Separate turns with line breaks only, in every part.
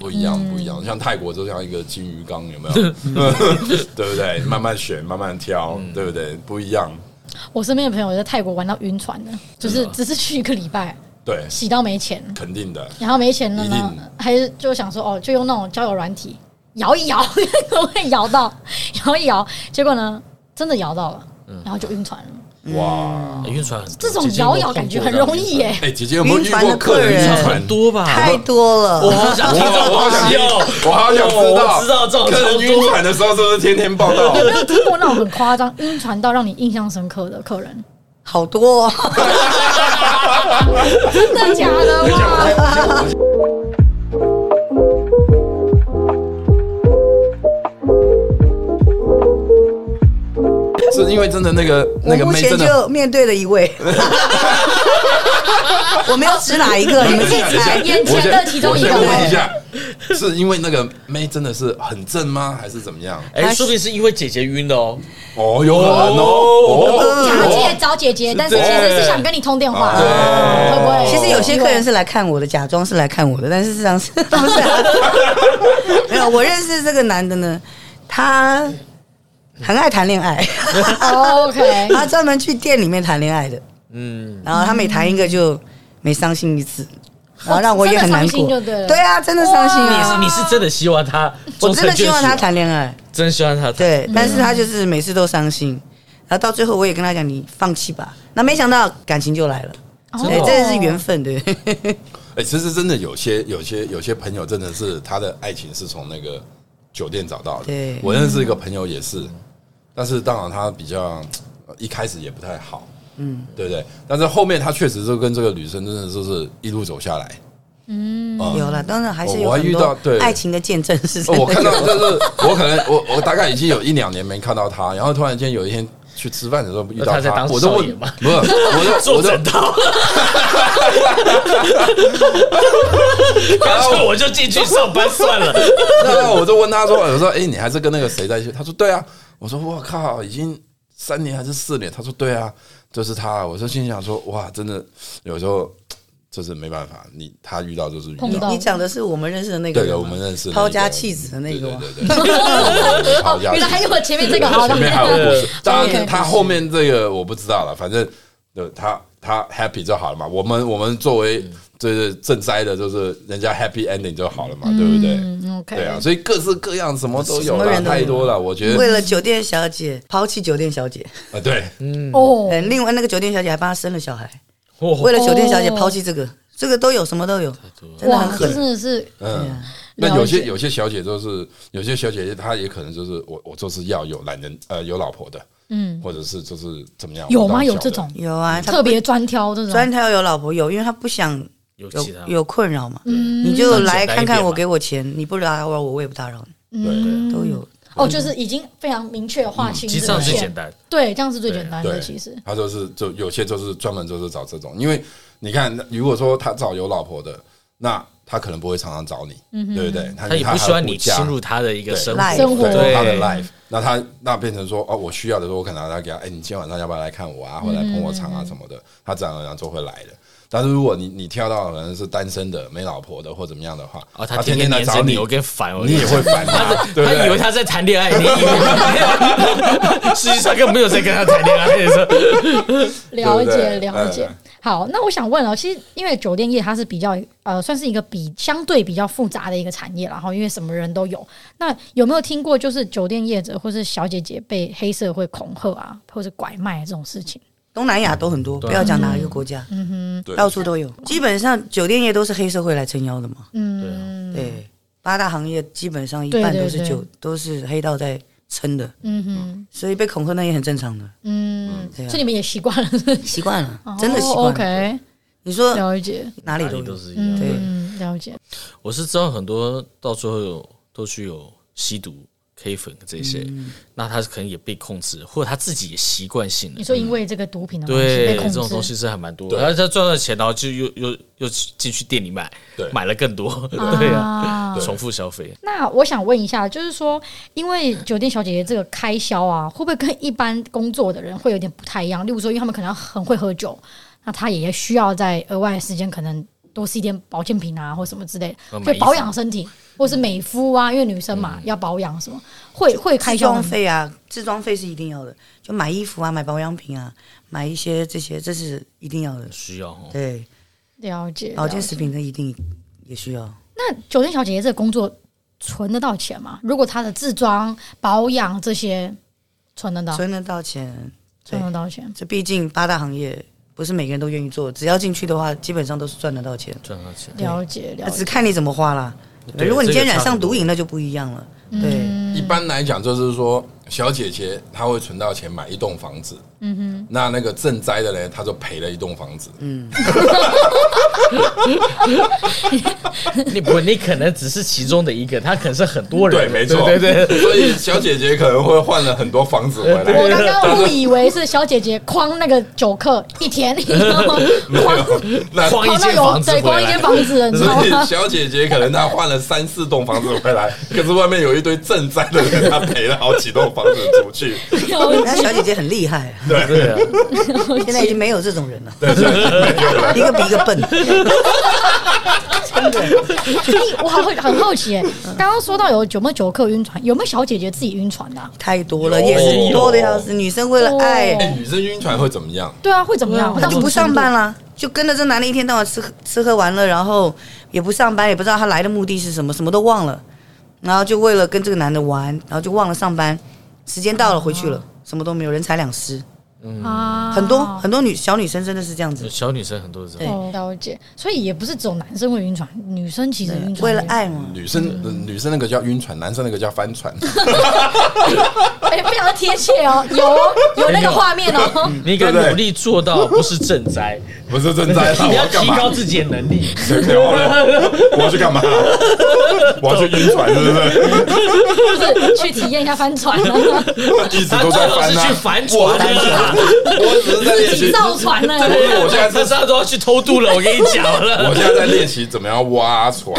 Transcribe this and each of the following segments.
不一样，不一
嗯
样。像泰国就像一个金鱼缸， 有没有？ 对不对？慢慢选，慢慢挑，
嗯
对不对？不一样，
我身边的朋友在泰国玩到晕船的，就是
真的
只是去一个礼拜，
对，
洗到没钱，
肯定的。
然后没钱了
一
呢
定，
还是就想说哦，就用那种交友软体摇一摇， 可不可以摇到？摇一摇，结果呢，真的摇到了，然后就晕船了。
嗯
哇，
欸晕船很多
嗯这种
姐姐有
摇
没有
摇
碰
感觉
过
很
这样
容易耶、
哎，姐姐有没有遇
晕船
过
的
客人
晕
客
船
晕
人
船
很？多吧？
太多
啊我
了。
好想
我
听这种
我好想
东西哦，
我好想知道，
我知道这种
客人
超
晕
多
船的时候是不是天天报 道？
有没有听过那种很夸张 晕船到让你印象深刻的客人？
好多、哦，
真的假的哇？
是因为真的那个
我
那个
目
妹
前
真的，
就面对了一位， 我没有指哪一 个，你们自己
等一下
猜。
眼前的其中一个
我先问一下，是因为那个妹真的是很正吗，还是怎么样？
哎，说不定是因为姐姐晕的哦。
哦，有可能
哦
哦，
想要记得找姐姐，但是其实是想跟你通电话，
对
会不会？
其实有些客人是来看我的，假装是来看我的，但是事实上是 他们是来没有。我认识这个男的呢，他很爱谈恋爱，
哦 OK，
他专门去店里面谈恋爱的。
嗯，
然后他每谈一个就每伤心一次，然后让我也很难
哦真的伤心
过。
就对了
对啊，真的伤心
你也是
啊！
你是真的希望他
我
终
真
成眷属啊，
的希望他谈恋爱，
真希望他谈
嗯
对，但是他就是每次都伤心，然后到最后我也跟他讲你放弃吧，那没想到感情就来了，
哦
对，真的哎是缘分，对。
哎，其实真的有些有些有些朋友真的是他的爱情是从那个酒店找到的。
对
我认识一个朋友也是，但是当然他比较呃一开始也不太好，嗯，对不对？但是后面他确实就跟这个女生真的就是一路走下来，嗯，
有了，当然还是有
我还
很
遇到
多
对
爱情的见证是真
哦
的。
我看到就是我可能我我大概已经有一两年没看到他，然后突然间有一天去吃饭的时候遇到
他在当
我就
少
问
爷吗，
不是，我就我就
做整 套，干脆我就进去上班算 了。
那啊我就问他说，我说哎、你还是跟那个谁在一起？他说对啊。我说我靠，已经三年还是四年？他说对啊，就是他。我就心想说哇，真的有时候就是没办法，你他遇到就是遇
碰到
到。
你讲的是我们认识的那个
对
人
的，
吗，
我们认识的那
抛
个
家弃子的那个吗，
对对对对， 抛家
哦原来还
弃子。
有前面这个好的
前，哦面还有故事，当然
OK
他后面这个我不知道了，反正呃他他 happy 就好了嘛。我们我们作
嗯
为就是赈灾的，就是人家 happy ending 就好了嘛，对不对？
嗯 OK，
对啊，所以各式各样什么都有
什么
了，
人都有
太多了。我觉
为
得
了酒店小姐抛弃酒店小姐，
啊，对，
哦，
嗯，另外那个酒店小姐还帮他生了小孩，
哦
为了酒店小姐
哦
抛弃这个，这个都有，什么都有，真的很
哇，这
狠。
真的是
嗯。
啊了解
那有些有些小姐就是有些小姐，她也可能就是我我就是要有懒人呃有老婆的，
嗯，
或者是就是怎么样？
有
我当
吗？
哦小的
有这种
有啊，他
特别专挑这
专
种，
挑有老婆有，因为他不想
有
有
其他
有困扰嘛，
嗯
你就来看看
嗯
我给我钱，你不打扰我，我也不打扰你，
嗯
都有。
哦，就是已经非常明确划
嗯
清
其实
这
这
个
样最
线
简，单，
对，这样是最简单的，
对，
其实
她就是就有些就是专门就是找这种，因为你看，如果说她找有老婆的，那她可能不会常常找你，对不对？她
嗯他也不希望你侵入
她
他的一个生
对
活。
生活
还有顾家对她的
对
life，那她那变成说哦，我需要的时候，我可能还要给她，哎，你今天晚上要不要来看我啊，或者来捧我场啊什么的，她自然而然就会来的。但是如果你你挑到可能是单身的、没老婆的或怎么样的话，
哦，
她
他天
天
天
来
黏
找
着
你
你，，我跟烦，我跟
你也会烦她，对不
他以为
对？
他在谈恋爱，你以为实际上根本没有在跟 他谈恋爱的。
了解
对对
了解
嗯。
好，那我想问哦，其实因为酒店业它是比较呃，算是一个比相对比较复杂的一个产业啦，然后因为什么人都有。那有没有听过就是酒店业者或是小姐姐被黑社会恐吓啊，或者拐卖这种事情？
东南亚都很多，不要讲
嗯
哪一个国家，
对
到处都有。基本上酒店业都是黑社会来撑腰的嘛，
嗯，
对，八大行业基本上一
对
半
对
都是
对
酒都是黑道在撑的，
嗯哼，
所以被恐吓那也很正常的，
嗯，
对啊
所以你们也习惯了，是不是
习惯了，真的习惯
哦
了。嗯
OK，
你说
了解，
哪里都有
都，是一样。
嗯，了解。
我是知道很多到最后有都去有吸毒、K 粉这些，
嗯
那他可能也被控制，或者他自己也习惯性
你
的。
说因为这个毒品的关系
对，
被控
这
制，
种东西是还蛮多的，
对
然后他赚了钱，然后就又又又进去店里买
对，
买了更多， 对啊，
啊
对
重复消费。
那我想问一下，就是说，因为酒店小姐姐这个开销啊，会不会跟一般工作的人会有点不太一样？例如说，因为他们可能很会喝酒，那他也需要在额外的时间可能多吃一点保健品啊，或什么之类
呃
的，
买
就
衣服
保养身体，或是美肤啊，因为女生
嗯
嘛要保养什么，会会开
自
销
装
很
费啊，自装费是一定要的，就买衣服啊，买保养品啊，买一些这些，这是一定要的。
需要哦。
对，
了解。
保
了
健
解
食品的一定也需要。
那酒店小姐姐这个工作存得到钱吗？如果她的自装、保养这些存得到，
存得到钱，对
存得到钱。
这毕竟八大行业不是每个人都愿意做，只要进去的话，基本上都是赚得到钱，
赚到钱，
了解了
那只
解，
看你怎么花啦。对吧
对
如果你今天
这个
染
差
上
很多
毒瘾，那就不一样了。对，
一般来讲，就是说小姐姐她会存到钱买一栋房子，嗯哼，那那个赈灾的人他就赔了一栋房子，
你不，你可能只是其中的一个，他可能是很多人
对，
的，
没错，
对对对，
所以小姐姐可能会换了很多房子回来，
我刚刚误以为是小姐姐框那个酒客一 天，你知道吗？
没有
框
那
框一
框到
间
有
房子
对，
回
框一间
来，
房子了，你知道
所 以
吗？
小姐姐可能她换了三四栋房子回 来，可是外面有一堆赈灾的人，她赔了好几栋房子出 去。
了
那
解
小姐姐很厉 害，
对啊，
现在已经没有这种人了，一个比一个笨。真的，
你我好很好奇耶，刚刚说到有有没有酒客晕船，有没有小姐姐自己晕船的啊？
太多了，
有
也是多的要死。女生为了爱
哦，
哎女生晕船会怎么样？
对啊，会怎么样？会
她
到
就不
什么
上
程度
班啦，就跟着这男的一天到晚吃喝吃喝玩乐，然后也不上班，也不知道他来的目的是什么，什么都忘了，然后就为了跟这个男的玩，然后就忘了上班，时间到了回去了，
嗯
什么都没有，人财两失，
啊，
很多很多女小女生真的是这样子，
小女生很多是这样，
哦了解，所以也不是只有男生会晕船，女生其实晕
嗯
船
为了
也
爱嘛，
女生、女生那个叫晕船，男生那个叫翻船。
哎、非常的贴切哦，有哦，有那个画面哦。
你应该
对不对
努力做到不是赈灾，
不是赈灾啊 啦，我
你要
干
提
嘛？
高自己的能力。
我要去干嘛？我要去晕船，是不是？
就是去体验一下帆船哦了，
一直
他
都
最
在
后
翻啊
是
呢、
去帆船的啦，
我只是在练
自己
习，
造船了。
我现在
这
是，
上都要去偷渡了，我跟你讲了。
我现在在练习怎么样挖船。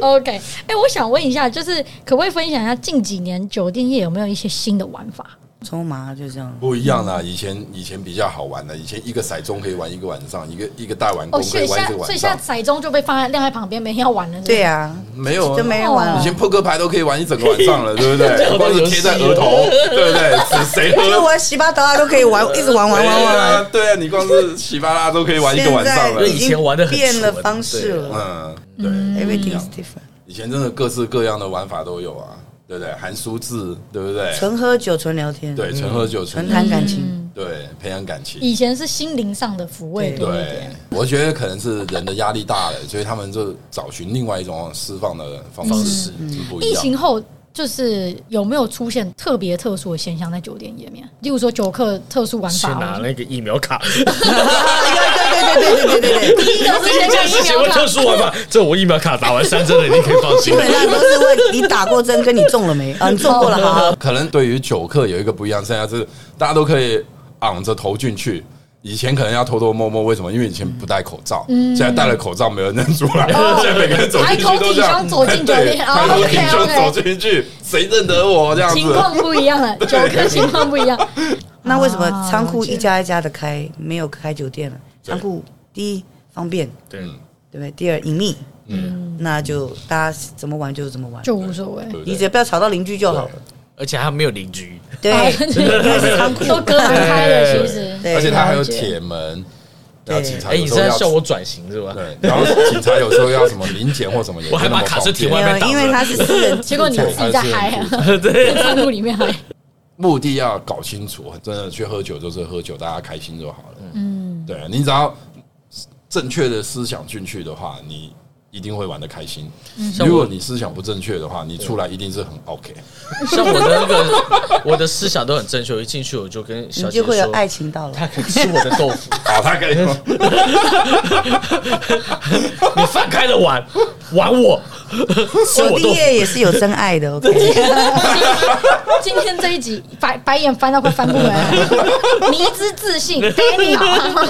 OK，哎、我想问一下，就是可不可以分享一下近几年酒店业有没有一些新的玩法？
抽麻就这样。
不一样啦，以前以前比较好玩的，以前一个骰盅可以玩一个晚上，一个一个大碗
哦，
公
所
可
以
以玩
下
一个，
所以
晚
下
上，
载中就被放在晾在旁边，没人要玩了。是不是
对，呀、
没有啊
就没人玩
以
了。
哦
前扑克牌都可以玩一整个晚上了，对不对？
好
光
多
是
游戏
贴在额头，对不对？指谁
就是
喝？
玩洗八刀啊，都可以玩，一直玩玩玩
对
玩。
啊，对啊，你光是洗巴拉都可以玩一个晚上了
现在。
以前玩得很
变了
蠢
方式了
嗯，对，
，everything's
嗯
different。
以前真的各式各样的玩法都有啊，对不对？含数字，对不对？
纯喝酒，纯聊天，
嗯
对，纯喝酒，
纯
谈
谈感情。
对，培养感情。
以前是心灵上的抚慰多一
对
点。，
我觉得可能是人的压力大了，所以他们就找寻另外一种释放的方
方
式
式，
嗯
是不一
疫情
样。
后。就是有没有出现特别特殊的现象在酒店里面？例如说酒客特殊玩
去
法，哦
拿那个疫苗 卡，
对对对对对对对对，
第一个
这
是先
一件
看
事
疫
情
苗
会
卡
特殊玩法。这我疫苗卡打完三针了，你可以放
基
心。
本上都是问你打过针跟你中了没啊？你中过了
哦嗯
哈，
可能对于酒客有一个不一样，现在是大家都可以昂着头进去。以前可能要偷偷摸摸，为什么？因为以前不戴口罩，
嗯
现在戴了口罩没有人认出来， 现在每个人走进去都这样，
哦抬头挺胸走进酒店
对
哦
抬头挺胸
OK，OK
走进去，谁认得我这样
情
子？
况不一样了，酒客情况不一样。
那为什么
啊
仓
了
库
解
一家一家的开，没有开酒店了？仓库第一方便，
对，
对不对？第二隐秘，
嗯，
那就大家怎么玩就怎么玩，
就无所谓。
对不
你
对
只要不要吵到邻居就好了。
而且还没有邻居，
对，因为是仓库，
都隔得开的，其实。
对
而且它还有
了解
铁门，然后
对
警察
哎，
有
你
时
是
候
在
要
笑我转型 是吧？
对，然后警察有时候要什么临检或什么，也
我还
不那
把
么
卡车
方便
停外面挡着
因为它是私人住宅，
结果你自己在嗨啊，在仓库里面嗨。
目的要搞清楚，真的去喝酒就是喝酒，大家开心就好了。嗯，对你只要正确的思想进去的话，你一定会玩的开心。
嗯
像
如果
我
你思想不正确的话，你出来一定是很 OK。
像我的那个，我的思想都很正确。我一进去我就跟小
你
姐
就会有
说，
爱情到了。
她可以吃我的豆腐，
好，他可以吗？
你放开了玩， 玩我，吃
酒
我豆腐。
店业也是有真爱的，OK。
今天这一集白白眼翻到快翻不回来，迷之自信，给你啊，哪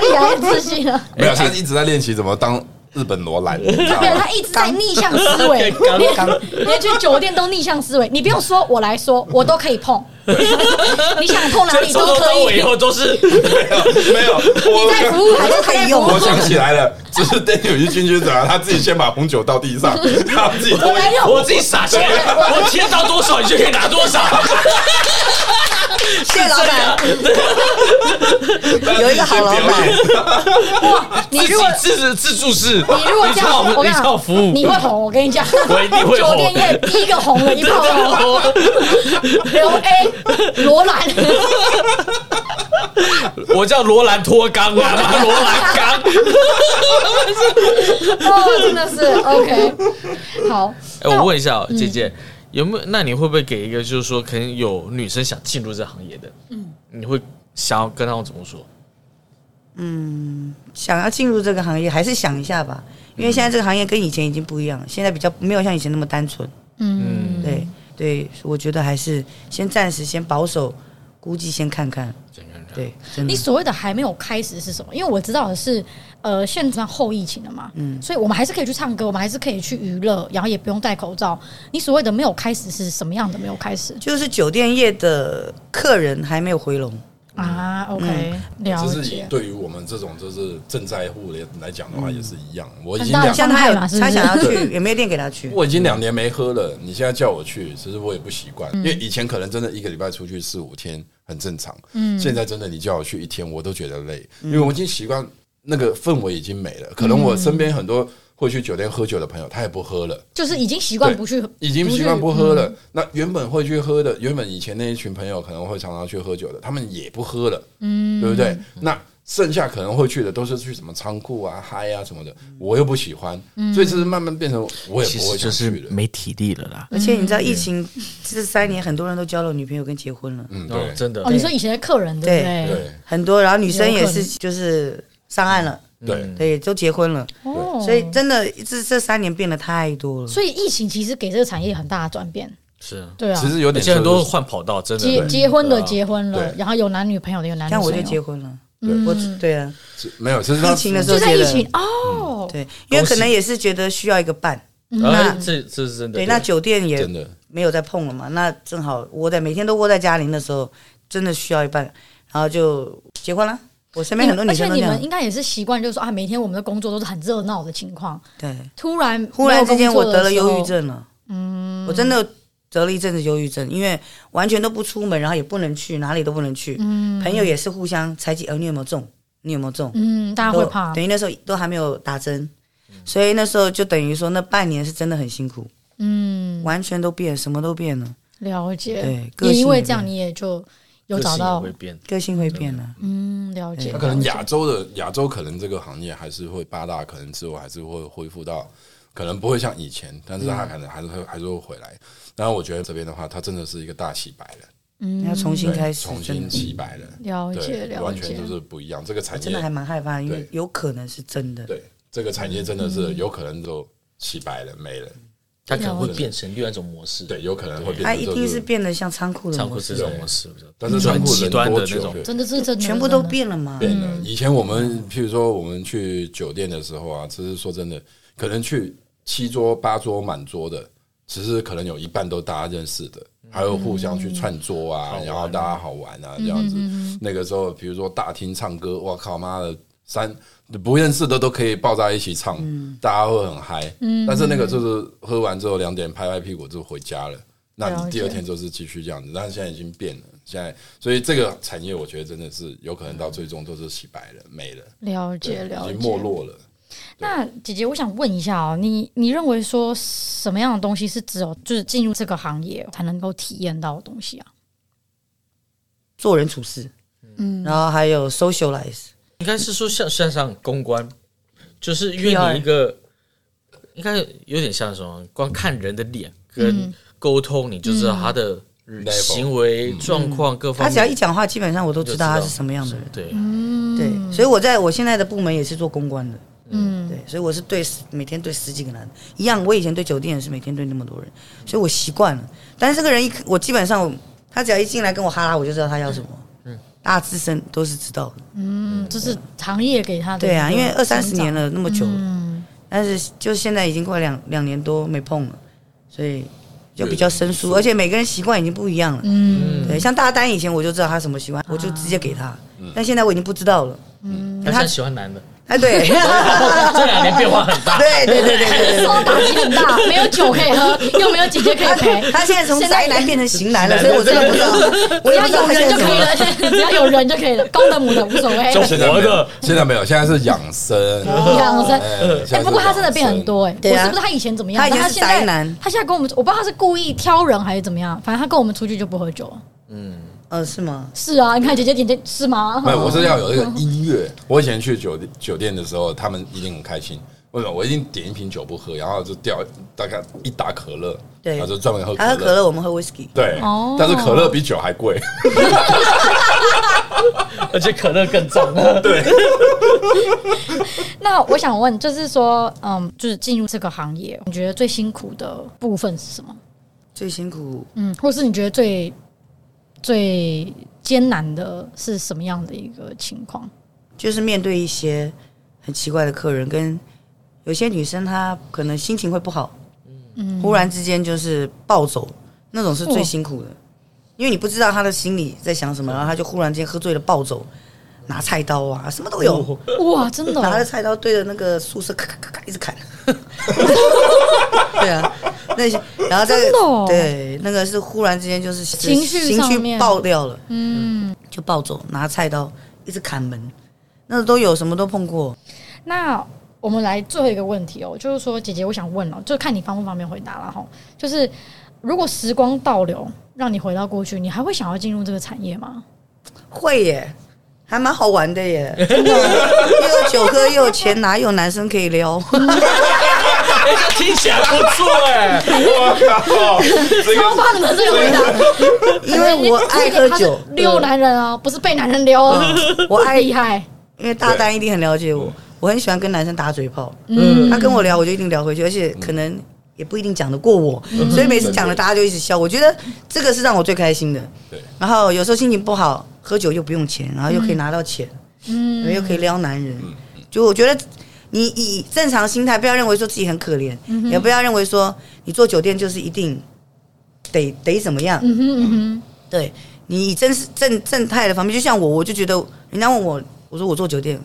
里来的自信啊？
没有，他一直在练习怎么当日本罗兰，
对， 他一直在逆向思维，连连去酒店都逆向思维。你不用说，我来说，我都可以碰，你想碰哪里
从
都
头
可
到尾以
以。
后都是
没有，
你在服
我
务还是他在服务？
我想起来了，就是 Daniel 一进去怎样，他自己先把红酒倒地 上，他自己
我没有，
我自己撒钱，我钱到多少你就可以拿多少，
谢谢老板，有一个好老板
他自己先表演
哇！ 你
自己
如果
自自自助式，
你如果这样，
你
我
靠
跟你
你靠
讲，
服务，
你会红。我跟你讲，
我一定会红
酒店业第一个红 的，一炮而红。 刘 A 罗兰，
我叫罗兰脱肛啊， 妈罗兰肛。
哦，真的 是 OK。好，
哎，
那
我问一
嗯
下哦，姐姐，有没有？那你会不会给一个，就是说，可能有女生想进入这行业的，嗯，你会想要跟他们怎么说？
想要进入这个行业，还是想一下吧，因为现在这个行业跟以前已经不一样了，现在比较没有像以前那么单纯。
嗯，
对对，我觉得还是先暂时先保守，估计先看看。对，真的
你所谓的还没有开始是什么？因为我知道的是，呃，现在后疫情了嘛，嗯，所以我们还是可以去唱歌，我们还是可以去娱乐，然后也不用戴口罩。你所谓的没有开始是什么样的没有开始
就是酒店业的客人还没有回笼。
啊？OK，了
这是以
解。
对于我们这种就是正在户的来讲的话，也是一样。我已经
很大
两
像他有
伤害嘛是不是
他想要去，也没有店给他去。
我已经两年没喝了，你现在叫我去，其实我也不习惯，
嗯
因为以前可能真的一个礼拜出去四五天很正常，嗯，现在真的你叫我去一天，我都觉得累，
嗯
因为我已经习惯那个氛围已经没了。可能我身边很多会去酒店喝酒的朋友，他也不喝了。
就是已经习惯
对
不去，
已经习
去
惯不喝
嗯
了。那原本会去喝的，原本以前那一群朋友可能会常常去喝酒的，他们也不喝了，嗯，对不对？那剩下可能会去的都是去什么仓库啊、嗨啊什么的，
嗯
我又不喜欢，所以就是慢慢变成我也
嗯其
不会
实就
想
是
去了。
没体力了啦。
而且你
嗯
知道，疫情这三年，很多人都交了女朋友跟结婚了，
嗯，
哦
对，
真的
哦，，你说以前的客人对不
对
对
很多，然后女生
嗯
也
有可
是
能嗯
就是上岸了，
嗯
对，
对，都结婚了，
哦，
所以真的这这三年变得太多了。
所以疫情其实给这个产业很大的转变，
是啊，
对啊
其，实有
而
点
且很
像
多
是
换跑道，真的
结
对
结婚的
对啊
结婚了，
对
然后有男女朋友的有男女
像
朋友，
我就结婚了，
嗯
我对啊，
没有，其实
疫
他
情的时
就
候
在
结
疫
的，
情哦，
对，因为可能也是觉得需要一个伴，
嗯
啊，这这是真的。
对，那酒店也
真的
没有再碰了嘛，那正好窝在每天都窝在家里的时候，真的需要一半，然后就结婚了。我身边很多女
而且
生都这
你们
样，
应该也是习惯，就是说啊，每天我们的工作都是很热闹的情况，
对，
突然
忽然之间我得了
没有工作的
忧郁
时候，
症了，嗯，我真的得了一阵子忧郁症，因为完全都不出门，然后也不能去，哪里都不能去，嗯，朋友也是互相猜忌，呃，你有没有中？你有没有中？
嗯，大家
都
会怕
等，于那时候都还没有打针，
嗯
所以那时候就等于说那半年是真的很辛苦，
嗯，
完全都变，什么都变了，
了解
对，个
也因
性
为
也
这样
变
你也就有
个
找
性也
到
会，变，
个性会变了，
嗯，了解，
哎那可能
了解
亚洲的亚洲可能这个行业还是会八大，可能之后还是会恢复到，可能不会像以前，但是它
嗯
可能还是会还是会回来。然后我觉得这边的话，它真的是一个大洗白了，
要重新
对
开始，
重
真
新
的，
洗白了，
嗯了解
对，
了
完全
解
就，是不一样。这个产
真的还
业，
蛮害怕，因为
对
有可能是真的，
对这个产业真的是有可能就洗白了，没了，
它可能会变成另外一种模式，，
对，有可能会变
它
成
啊一
就
定是
是，
变得像仓库的
仓
模
库这
式，
种模式比较，
但是全部
极
人
端的
多
那
久
种
对
真的是真的，
全部
真的
都变了嘛，
变了。以前我们譬如说我们去酒店的时候啊，其实说真的，可能去七桌八桌满桌的，其实可能有一半都大家认识的，还有互相去串桌啊，然后大家好玩啊这样子。那个时候，比如说大厅唱歌，我靠妈的三。不认识的都可以抱在一起唱，大家会很嗨。
嗯
但是那个就是喝完之后两点拍拍屁股就回家了，那
了
你第二
解
天就是继续这样子。但是现在已经变了，现在所以这个产业我觉得真的是有可能到最终都是洗白了、没了。
了解
对已
了解，
经没落了。
那姐姐，我想问一下哦，你你认为说什么样的东西是只有就是进入这个行业才能够体验到的东西啊？
做人处事，嗯，然后还有 socialize，
应该是说像像上公关，就是因为
PR
你一个，应该有点像什么，光看人的脸
嗯
嗯
跟嗯沟通，你就知道他的
Level
行为状况各方
他
面。
只要一嗯讲话，基本上我都
就
知道他
知道
是什么样的人。
对，
对，啊所以我在我现在的部门也是做公关的，
嗯
嗯，对，所以我是对十每天对十几个男的，一样，我以前对酒店也是每天对那么多人，所以我习惯了。但是这个人一我基本上他只要一进来跟我哈拉，我就知道他要什么，嗯，大致深都是知道的。
嗯，这是行业给他的
对啊，嗯
一
因
个
为二三十
成长
年了，那么久了，但是就现在已经快两两年多没碰了，所以就比较生疏，而且每个人习惯已经不一样了。
嗯，
对，像大丹以前我就知道他什么喜欢，我就直接给他，但现在我已经不知道了。
他现在喜欢男的，
哎，对，
这两年变化很大。
对对对对对
受打击很大，没有酒可以喝，又没有姐姐可以
对，
陪，
他现在从宅男变成型男了，
现
所
在
以我真的不知道，我
只
也
要
不知道
有
他
人
现
就
在
可以了， 只要有人就可以了，公的母的无所谓。
就
现在没
活
有
的，
现在没有，现在是养 生。
养生
哎
哦哎、不过他真的变很，多哎、
对啊
我是不是他以前怎么样？
他以前
但
是
现在
宅男
他现在跟我们，我不知道他是故意挑人还是怎么样，反正他跟我们出去就不喝酒。
呃，是吗？
是啊，你看姐姐姐姐是吗？
没有，我是要有一个音乐。我以前去酒店酒店的时候，他们一定很开心。为什么？我一定点一瓶酒不喝，然后就掉大概一打可乐，
对
然后就专门喝
他喝可乐，我们喝 whisky。
对
哦，
但是可乐比酒还贵，
而且可乐更重。
对，
那我想问，就是说，嗯，就是进入这个行业，你觉得最辛苦的部分是什么？
最辛苦
嗯，或是你觉得最最艰难的是什么样的一个情况？
就是面对一些很奇怪的客人，跟有些女生她可能心情会不好，嗯，忽然之间就是暴走，那种是最辛苦的，因为你不知道她的心里在想什么，然后她就忽然之间喝醉了暴走，拿菜刀啊，什么都有，
哇，真的
拿
哦、
着菜刀对着那个宿舍咔咔咔咔一 直砍。对啊，那些然后再
真的哦
对那个是忽然之间就是
情绪
情
上
绪
面
爆掉了，
嗯，
就暴走，拿菜刀一直砍门，那都有什么都碰过。
那我们来最后一个问题哦，就是说，姐姐，我想问哦，就看你方不方便回答了哈。就是如果时光倒流，让你回到过去，你还会想要进入这个产业吗？
会耶，还蛮好玩的耶，真的又有酒喝，又有钱拿，又有男生可以 撩。
哎，这听起来不错哎。
我靠，这
超
个
棒的这个回答，
因为我爱喝酒嗯
他是，溜男人哦，不是被男人溜哦，
我爱，
厉害。
因为大丹一定很了解我，我很喜欢跟男生打嘴炮。
嗯，
他跟我聊，我就一定聊回去，而且可能也不一定讲得过我，
嗯
所以每次讲了大家就一直笑。我觉得这个是让我最开心的。
对，
然后有时候心情不好，喝酒又不用钱，然后又可以拿到钱，
嗯
然后又可以撩男人，就我觉得。你以正常心态，不要认为说自己很可怜，
嗯
也不要认为说你做酒店就是一定得得怎么样。
嗯哼嗯
对你以正正正态的方面，就像我，我就觉得人家问我，我说我做酒店，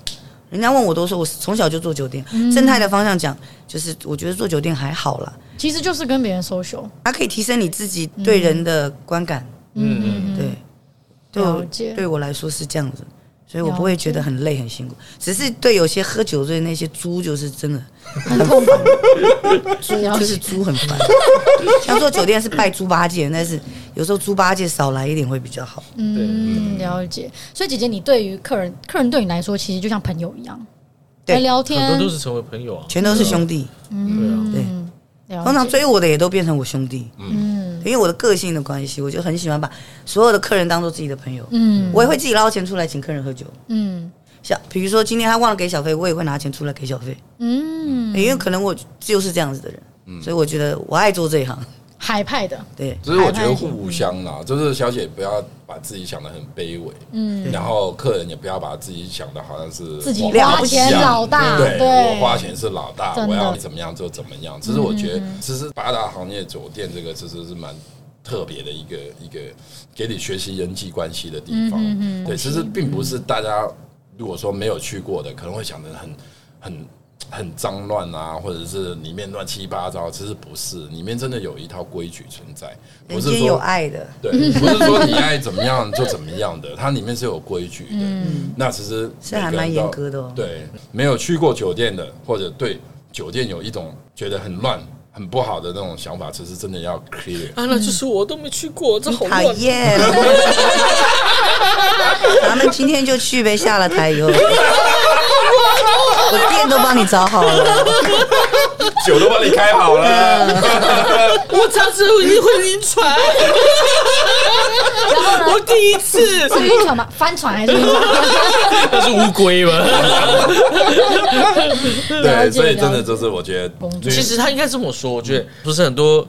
人家问我都说我从小就做酒店。
嗯
正态的方向讲，就是我觉得做酒店还好啦，
哼，其实就是跟别人 social。
它可以提升你自己对人的观感。
嗯，
对，对
了
我
解
对我来说是这样子。所以我
了
不会
解
觉得很累很辛苦，只是对有些喝酒醉的那些猪就是真的，
很痛苦。
猪 就是猪很烦。像做酒店是拜猪八戒，但是有时候猪八戒少来一点会比较好。
嗯，了解。所以姐姐，你对于客人，客人对你来说，其实就像朋友一样，
对
来聊
很多
天
都，是成为朋友啊，
全都是兄
嗯
弟，
对
对。啊
了解
通常追我的也都变成我兄弟，
嗯
因为我的个性的关系，我就很喜欢把所有的客人当做自己的朋友。
嗯
我也会自己捞钱出来请客人喝酒，
嗯
像比如说今天他忘了给小费，我也会拿钱出来给小费，
嗯，
因为可能我就是这样子的人，所以我觉得我爱做这一行。
海派的，
对，
只是我觉得互相啦，就是小姐不要把自己想的很卑微，
嗯，
然后客人也不要把自己想的好像是
自己
了
花
不起
钱
啊
老大，
对，
对，
我花钱是老大，
真的嗯
我要怎么样就怎么样。其实我觉得，其实八大行业酒店这个其实是蛮特别的一个一个给你学习人际关系的地方。
嗯嗯嗯
对，其实并不是大家如果说没有去过的，可能会想的很很。很脏乱啊，或者是里面乱七八糟，其实不是，里面真的有一套规矩存在，不
人
是
间
说
有爱的，
对， 不是说你爱怎么样就怎么样的，它里面是有规矩的。
嗯
那其实
是还
每个人都
蛮严格的哦
对，没有去过酒店的，或者对酒店有一种觉得很乱、很不好的那种想法，其实真的要 clear。
啊，那就是我都没去过，这好
嗯讨
乱。
厌。 咱们今天就去呗，下了台以 后，我店都帮你找好了。
酒都帮你开好了，
我这样子一定会晕 船。我第一次，
是晕船吗？帆船还是晕船？
那是乌 龟吗？
了解
对，所以真
了
的
解
就是我觉得
工，作
其
其实他应该这么说，我觉得不是很多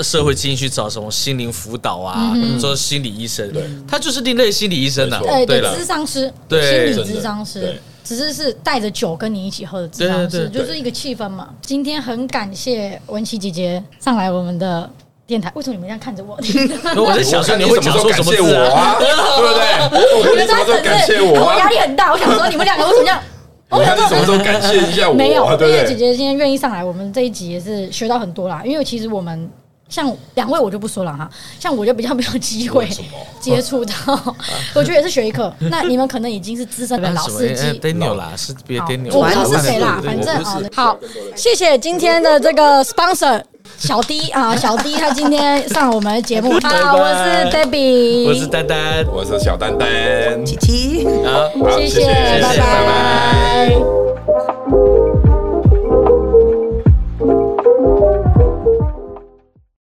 社会进去找什么心灵辅导啊，说心理医生，他就是另类心理医生呐啊
没。错
嗯哎对
对
对，
了，
智商师，
对
心理
真
智
的
商师
对，
只是是带着酒跟你一起喝的智商
对
是
对对
就是一个气氛嘛。今天很感谢文琪姐姐上来我们的电台，为什么你们这样看着我？
那我在想说
看
你
你
会
什
讲
么时候
说
感
什么
谢
字
我
啊？
啊？对不对？
你
我
们
什么时
在
候感谢
整日
我
我
啊
压？力很大，我想说你们两个为什么这样？我想
看你
说
什么时候感谢一下我啊？
没有，
对
因
不
为
对
姐？姐今天愿意上来，我们这一集也是学到很多啦。因为其实我们像两位我就不说了哈，像我就比较没有机会
为什么
接触到，我觉得也是学一课。那你们可能已经是资深的老司
哎哎
机。
Daniel 啦，是别
好
Daniel，
我不知道是谁啦，
对
反
对对
正
我不
好
是
好，谢谢今天的这个 sponsor 小 D 啊，小 D 他今天上我们的节目。好，我是 Debbie，
我是丹丹，啊
我是小丹丹，
琪琪。
好。
好
谢
谢
谢，拜
拜
拜。